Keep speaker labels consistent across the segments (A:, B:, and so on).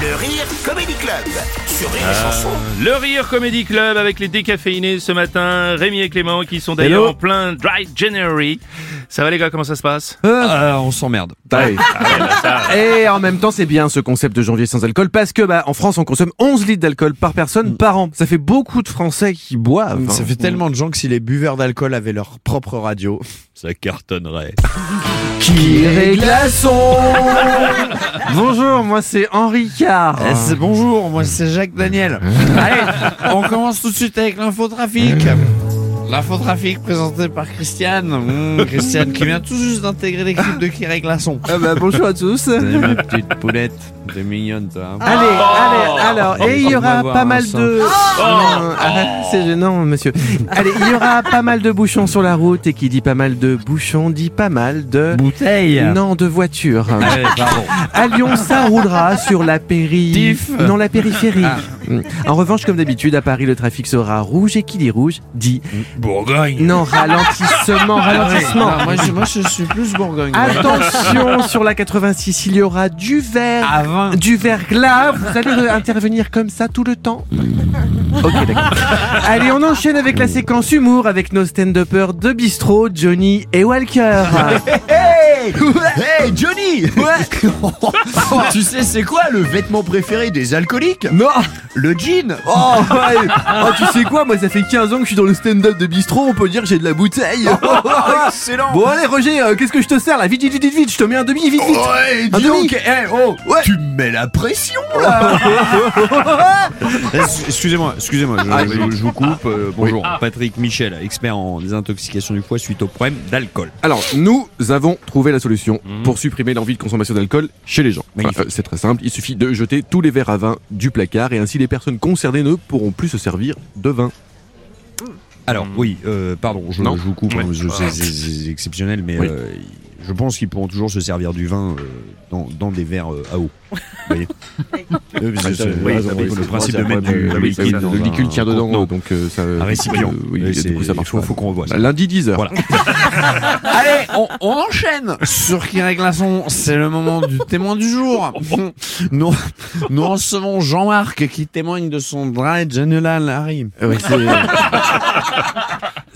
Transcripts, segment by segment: A: Le Rire Comedy Club sur Rire et Chanson.
B: Le Rire Comedy Club avec les décaféinés ce matin, Rémi et Clément qui sont d'ailleurs
C: Hello.
B: en plein Dry January. Ça va les gars, comment ça se passe
C: Euh, on s'emmerde.
D: Ah, bah,
C: Et en même temps, c'est bien ce concept de janvier sans alcool parce que bah, en France, on consomme 11 litres d'alcool par personne par an. Ça fait beaucoup de Français qui boivent.
D: Mm.
C: hein. Mm.
D: Ça fait tellement de gens que si les buveurs d'alcool avaient leur propre radio, ça cartonnerait.
C: Qui glaçons Bonjour, moi c'est Henri Carr.
D: bonjour, moi Eh, c'est Jacques Daniel. Allez, on commence tout de suite avec l'infotrafic. L'infotrafic présenté par Christiane. Mmh, Christiane qui vient tout juste d'intégrer l'équipe de Kiré Glaçon.
C: Ah bah, bonjour à tous.
D: Salut ma petite poulette, t'es mignonne toi. hein.
C: Ah. Allez, allez, alors, et il y aura
D: Oh.
C: pas mal de... Non, arrête, c'est gênant, monsieur. Allez, il y aura pas mal de bouchons sur la route, et qui dit pas mal de bouchons dit pas mal de...
D: Bouteille
C: Non, de voitures.
D: Ouais, pardon.
C: À Lyon, ça roulera sur la péri...
D: Diff. Ah.
C: Non, la périphérie. Mm. En revanche, comme d'habitude, à Paris, le trafic sera rouge, et qui dit rouge, dit...
D: Bourgogne
C: Non, ralentissement, ralentissement.
D: Non, moi, je, moi, je suis plus Bourgogne.
C: Ah, Attention, sur la 86, il y aura du vert.
D: À 20.
C: Du verglas, vous allez euh, intervenir comme ça tout le temps Ok, d'accord. Allez, on enchaîne avec la séquence humour avec nos stand-uppers de bistrot, Johnny et Walker.
E: Hey Johnny
C: Oh.
E: Tu sais c'est quoi le vêtement préféré des alcooliques
C: Non
E: Le jean
C: oh, ouais. Oh, tu sais quoi Moi, ça fait 15 ans que je suis dans le stand-up de bistrot, on peut dire que j'ai de la bouteille.
E: Excellent
C: Bon, allez, Roger, euh, qu'est-ce que je te sers là Vite, vite, vite, vite, je te mets un demi, vite, vite.
E: Ouais,
D: Ah,
C: Un
E: dis
C: demi.
E: donc, eh, oh,
C: Ouais. Oh.
E: tu me mets la pression là
D: Eh, Excusez-moi, excusez-moi, je,
C: Ah,
D: je- je vous coupe. euh, bonjour, Patrick Michel, expert en désintoxication du foie suite au problème d'alcool.
C: Alors, nous avons trouvé la solution pour supprimer l'envie de consommation d'alcool chez les gens.
D: Mhm. Magnifique.
C: Enfin, euh, c'est très simple, il suffit de jeter tous les verres à vin du placard et ainsi les personnes concernées ne pourront plus se servir de vin.
D: Alors oui, euh, pardon, je,
C: Hmm. Non.
D: je vous coupe, hein, je- c'est- c'est c'est exceptionnel, mais
C: Oui.
D: euh, je pense qu'ils pourront toujours se servir du vin euh, dans, dans des verres euh, à eau. Vous voyez Euh, parce que
C: Ah,
D: ça-
C: oui,
D: ah,
C: ça,
D: c'est
C: oui,
D: le
C: c'est-
D: principe
C: c'est
D: de mettre
C: après,
D: du
C: bah
D: du
C: oui, ça,
D: liquide dans
C: Le liquide tient dedans,
D: contenant,
C: donc euh, ça...
D: un récipient.
C: Oui,
D: Et
C: et du
D: c'est-
C: coup, ça
D: il
C: marche
D: faut,
C: pas.
D: faut qu'on revoie ça.
C: Lundi 10h.
D: Voilà.
E: Allez, on, on enchaîne Sur Kiré Glaçon, c'est le moment du témoin du jour. Nous, nous recevons Jean-Marc qui témoigne de son dry general Harry.
C: Ah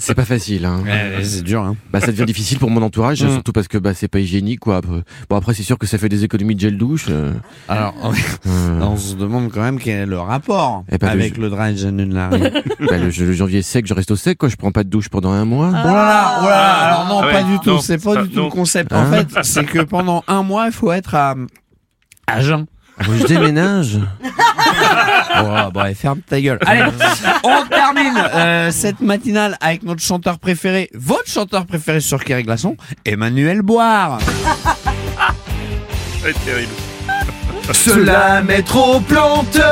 C: c'est pas facile. Hein.
D: Ouais, c'est dur, hein.
C: Bah, ça devient difficile pour mon entourage,
D: Mm.
C: surtout parce que bah, c'est pas hygiénique. Quoi. Bon, après, c'est sûr que ça fait des économies de gel douche. euh,
D: Alors,
C: euh,
D: on se demande quand même quel est le rapport
C: Eh ben,
D: avec le dry general Harry.
C: bah, le, le janvier sec, je reste au sec, quoi. je prends pas de douche pendant un mois.
D: Oh là là, oh là là, alors non,
B: Ah ouais,
D: pas du
B: non,
D: tout, c'est pas
B: ça,
D: du tout
B: non.
D: le concept.
C: Hein
D: En fait, c'est que pendant un mois, il faut être à, à jeun.
C: Bon, je déménage.
D: Oh, bon, allez, ferme ta gueule. Allez, on termine euh, cette matinale avec notre chanteur préféré, votre chanteur préféré sur Kerry Glaçon, Emmanuel Boire.
B: C'est terrible.
C: Cela mettre au planteur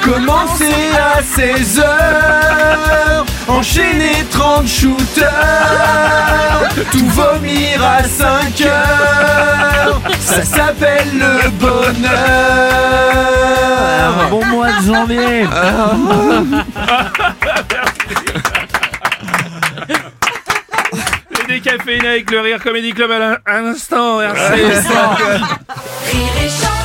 C: Commencer à 16 heures Enchaîner 30 shooters Tout vomir à 5 heures Ça s'appelle le bonheur
D: Bon mois de janvier.
B: Les décaféinés avec le Rire Comedy Club à l'in- à l'instant, RC.
F: Rire et chanson.